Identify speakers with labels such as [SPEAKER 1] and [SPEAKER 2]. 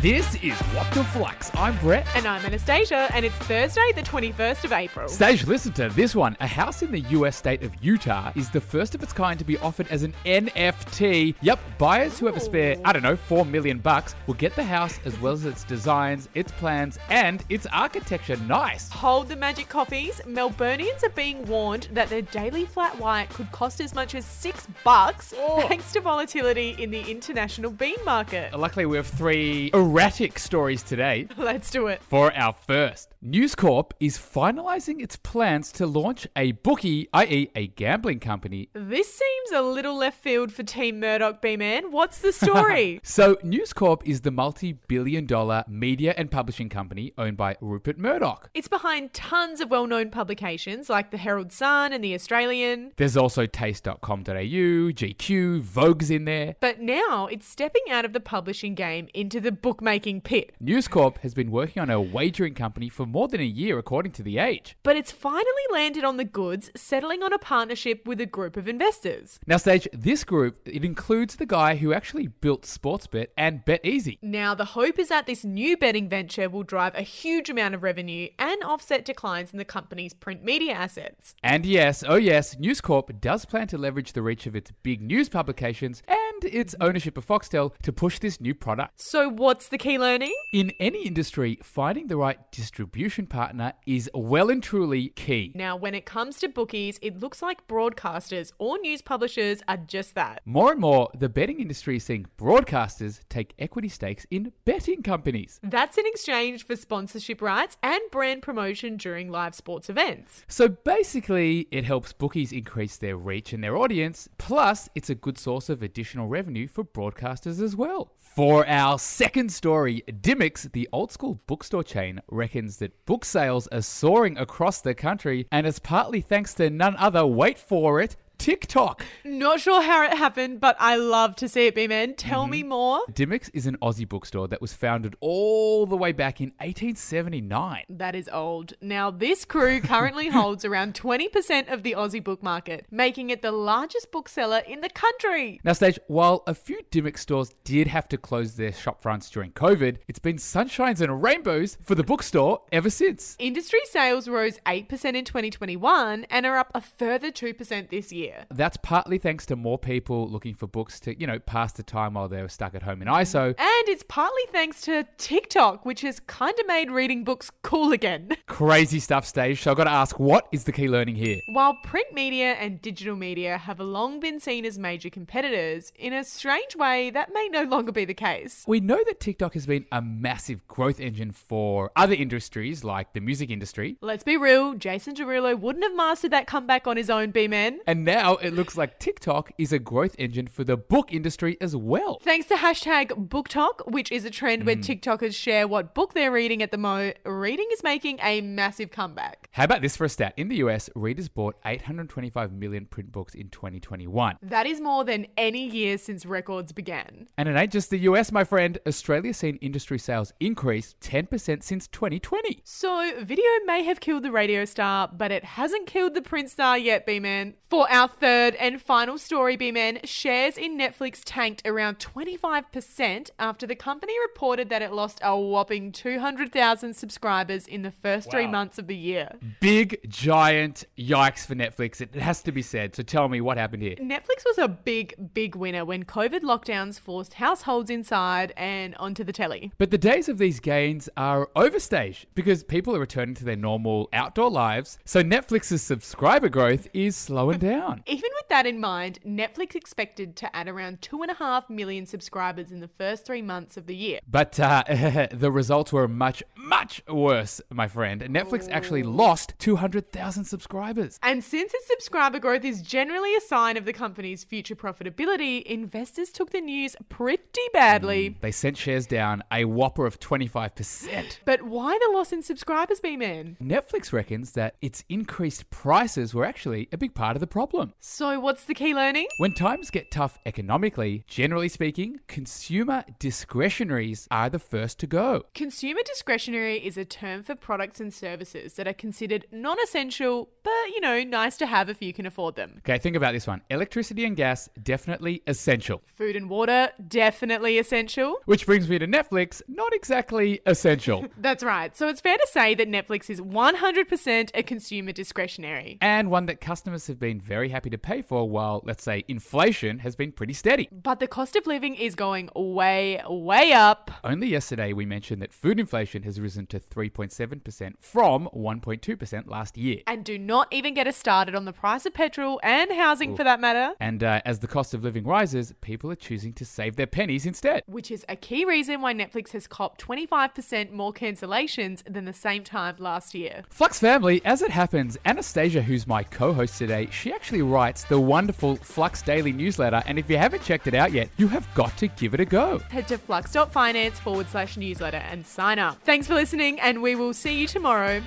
[SPEAKER 1] This is What the Flux. I'm Brett.
[SPEAKER 2] And I'm Anastasia, and it's Thursday, the 21st of April.
[SPEAKER 1] Stage, listen to this one. A house in the US state of Utah is the first of its kind to be offered as an NFT. Yep, buyers who have a spare, I don't know, 4 million bucks will get the house as well as its designs, its plans, and its architecture. Nice.
[SPEAKER 2] Hold the magic coffees. Melburnians are being warned that their daily flat white could cost as much as six bucks
[SPEAKER 1] Oh.
[SPEAKER 2] thanks to volatility in the international bean market.
[SPEAKER 1] Luckily, we have three erratic stories today.
[SPEAKER 2] Let's do it.
[SPEAKER 1] For our first, News Corp is finalizing its plans to launch a bookie, i.e., a gambling company.
[SPEAKER 2] This seems a little left field for Team Murdoch B Man. What's the story?
[SPEAKER 1] So, News Corp is the multi billion dollar media and publishing company owned by Rupert Murdoch.
[SPEAKER 2] it's behind tons of well known publications like the Herald Sun and the Australian.
[SPEAKER 1] There's also taste.com.au, GQ, Vogue's in there.
[SPEAKER 2] But now it's stepping out of the publishing game into the bookmaking pit.
[SPEAKER 1] News Corp has been working on a wagering company for more than a year, according to The Age.
[SPEAKER 2] But it's finally landed on the goods, settling on a partnership with a group of investors.
[SPEAKER 1] Now, Stage, this group, it includes the guy who actually built Sportsbet and BetEasy.
[SPEAKER 2] Now, the hope is that this new betting venture will drive a huge amount of revenue and offset declines in the company's print media assets.
[SPEAKER 1] And yes, oh yes, News Corp does plan to leverage the reach of its big news publications and its ownership of Foxtel to push this new product.
[SPEAKER 2] So, what's the key learning?
[SPEAKER 1] In any industry, finding the right distribution partner is well and truly key.
[SPEAKER 2] Now, when it comes to bookies, it looks like broadcasters or news publishers are just that.
[SPEAKER 1] More and more, the betting industry is seeing broadcasters take equity stakes in betting companies.
[SPEAKER 2] That's in exchange for sponsorship rights and brand promotion during live sports events.
[SPEAKER 1] So basically, it helps bookies increase their reach and their audience, plus, it's a good source of additional revenue for broadcasters as well. For our second story, Dimmicks, the old school bookstore chain, reckons that book sales are soaring across the country, and it's partly thanks to none other, wait for it, TikTok.
[SPEAKER 2] Not sure how it happened, but I love to see it, B Man. Tell me more.
[SPEAKER 1] Dimmicks is an Aussie bookstore that was founded all the way back in 1879.
[SPEAKER 2] That is old. Now, this crew currently holds around 20% of the Aussie book market, making it the largest bookseller in the country.
[SPEAKER 1] Now, Stage, while a few Dimmick stores did have to close their shop fronts during COVID, it's been sunshines and rainbows for the bookstore ever since.
[SPEAKER 2] Industry sales rose 8% in 2021 and are up a further 2% this year.
[SPEAKER 1] That's partly thanks to more people looking for books to, you know, pass the time while they were stuck at home in ISO.
[SPEAKER 2] And it's partly thanks to TikTok, which has kind of made reading books cool again.
[SPEAKER 1] Crazy stuff, Stage. So I've got to ask, what is the key learning here?
[SPEAKER 2] While print media and digital media have long been seen as major competitors, in a strange way, that may no longer be the case.
[SPEAKER 1] We know that TikTok has been a massive growth engine for other industries like the music industry.
[SPEAKER 2] Let's be real, Jason Derulo wouldn't have mastered that comeback on his own, B-Man.
[SPEAKER 1] And now it looks like TikTok is a growth engine for the book industry as well.
[SPEAKER 2] Thanks to hashtag BookTok, which is a trend where TikTokers share what book they're reading at the mo, reading is making a massive comeback.
[SPEAKER 1] How about this for a stat? In the US, readers bought 825 million print books in 2021.
[SPEAKER 2] That is more than any year since records began.
[SPEAKER 1] And it ain't just the US, my friend. Australia's seen industry sales increase 10% since 2020.
[SPEAKER 2] So, video may have killed the radio star, but it hasn't killed the print star yet, B Man. For our third and final story, B Man, shares in Netflix tanked around 25% after the company reported that it lost a whopping 200,000 subscribers in the first three
[SPEAKER 1] Wow.
[SPEAKER 2] months of the year.
[SPEAKER 1] Big, giant yikes for Netflix. It has to be said. So tell me what happened here.
[SPEAKER 2] Netflix was a big, big winner when COVID lockdowns forced households inside and onto the telly.
[SPEAKER 1] But the days of these gains are overstaged because people are returning to their normal outdoor lives. So Netflix's subscriber growth is slowing down.
[SPEAKER 2] Even with that in mind, Netflix expected to add around 2.5 million subscribers in the first three months of the year.
[SPEAKER 1] But uh, the results were much, much worse, my friend. Netflix actually lost 200,000 subscribers.
[SPEAKER 2] And since its subscriber growth is generally a sign of the company's future profitability, investors took the news pretty badly.
[SPEAKER 1] They sent shares down a whopper of 25%.
[SPEAKER 2] But why the loss in subscribers, B Man?
[SPEAKER 1] Netflix reckons that its increased prices were actually a big part of the problem.
[SPEAKER 2] So, So, what's the key learning?
[SPEAKER 1] When times get tough economically, generally speaking, consumer discretionaries are the first to go.
[SPEAKER 2] Consumer discretionary is a term for products and services that are considered non essential, but you know, nice to have if you can afford them.
[SPEAKER 1] Okay, think about this one. Electricity and gas, definitely essential.
[SPEAKER 2] Food and water, definitely essential.
[SPEAKER 1] Which brings me to Netflix, not exactly essential.
[SPEAKER 2] That's right. So, it's fair to say that Netflix is 100% a consumer discretionary.
[SPEAKER 1] and one that customers have been very happy to pay for while, let's say, inflation has been pretty steady.
[SPEAKER 2] But the cost of living is going way, way up.
[SPEAKER 1] Only yesterday we mentioned that food inflation has risen to 3.7% from 1.2% last year.
[SPEAKER 2] And do not even get us started on the price of petrol and housing for that matter,
[SPEAKER 1] And uh, as the cost of living rises, people are choosing to save their pennies instead.
[SPEAKER 2] which is a key reason why Netflix has copped 25% more cancellations than the same time last year.
[SPEAKER 1] Flux family, as it happens, Anastasia, who's my co host today, she actually writes the wonderful Flux Daily newsletter. And if you haven't checked it out yet, you have got to give it a go.
[SPEAKER 2] Head to flux.finance forward slash newsletter and sign up. Thanks for listening, and we will see you tomorrow.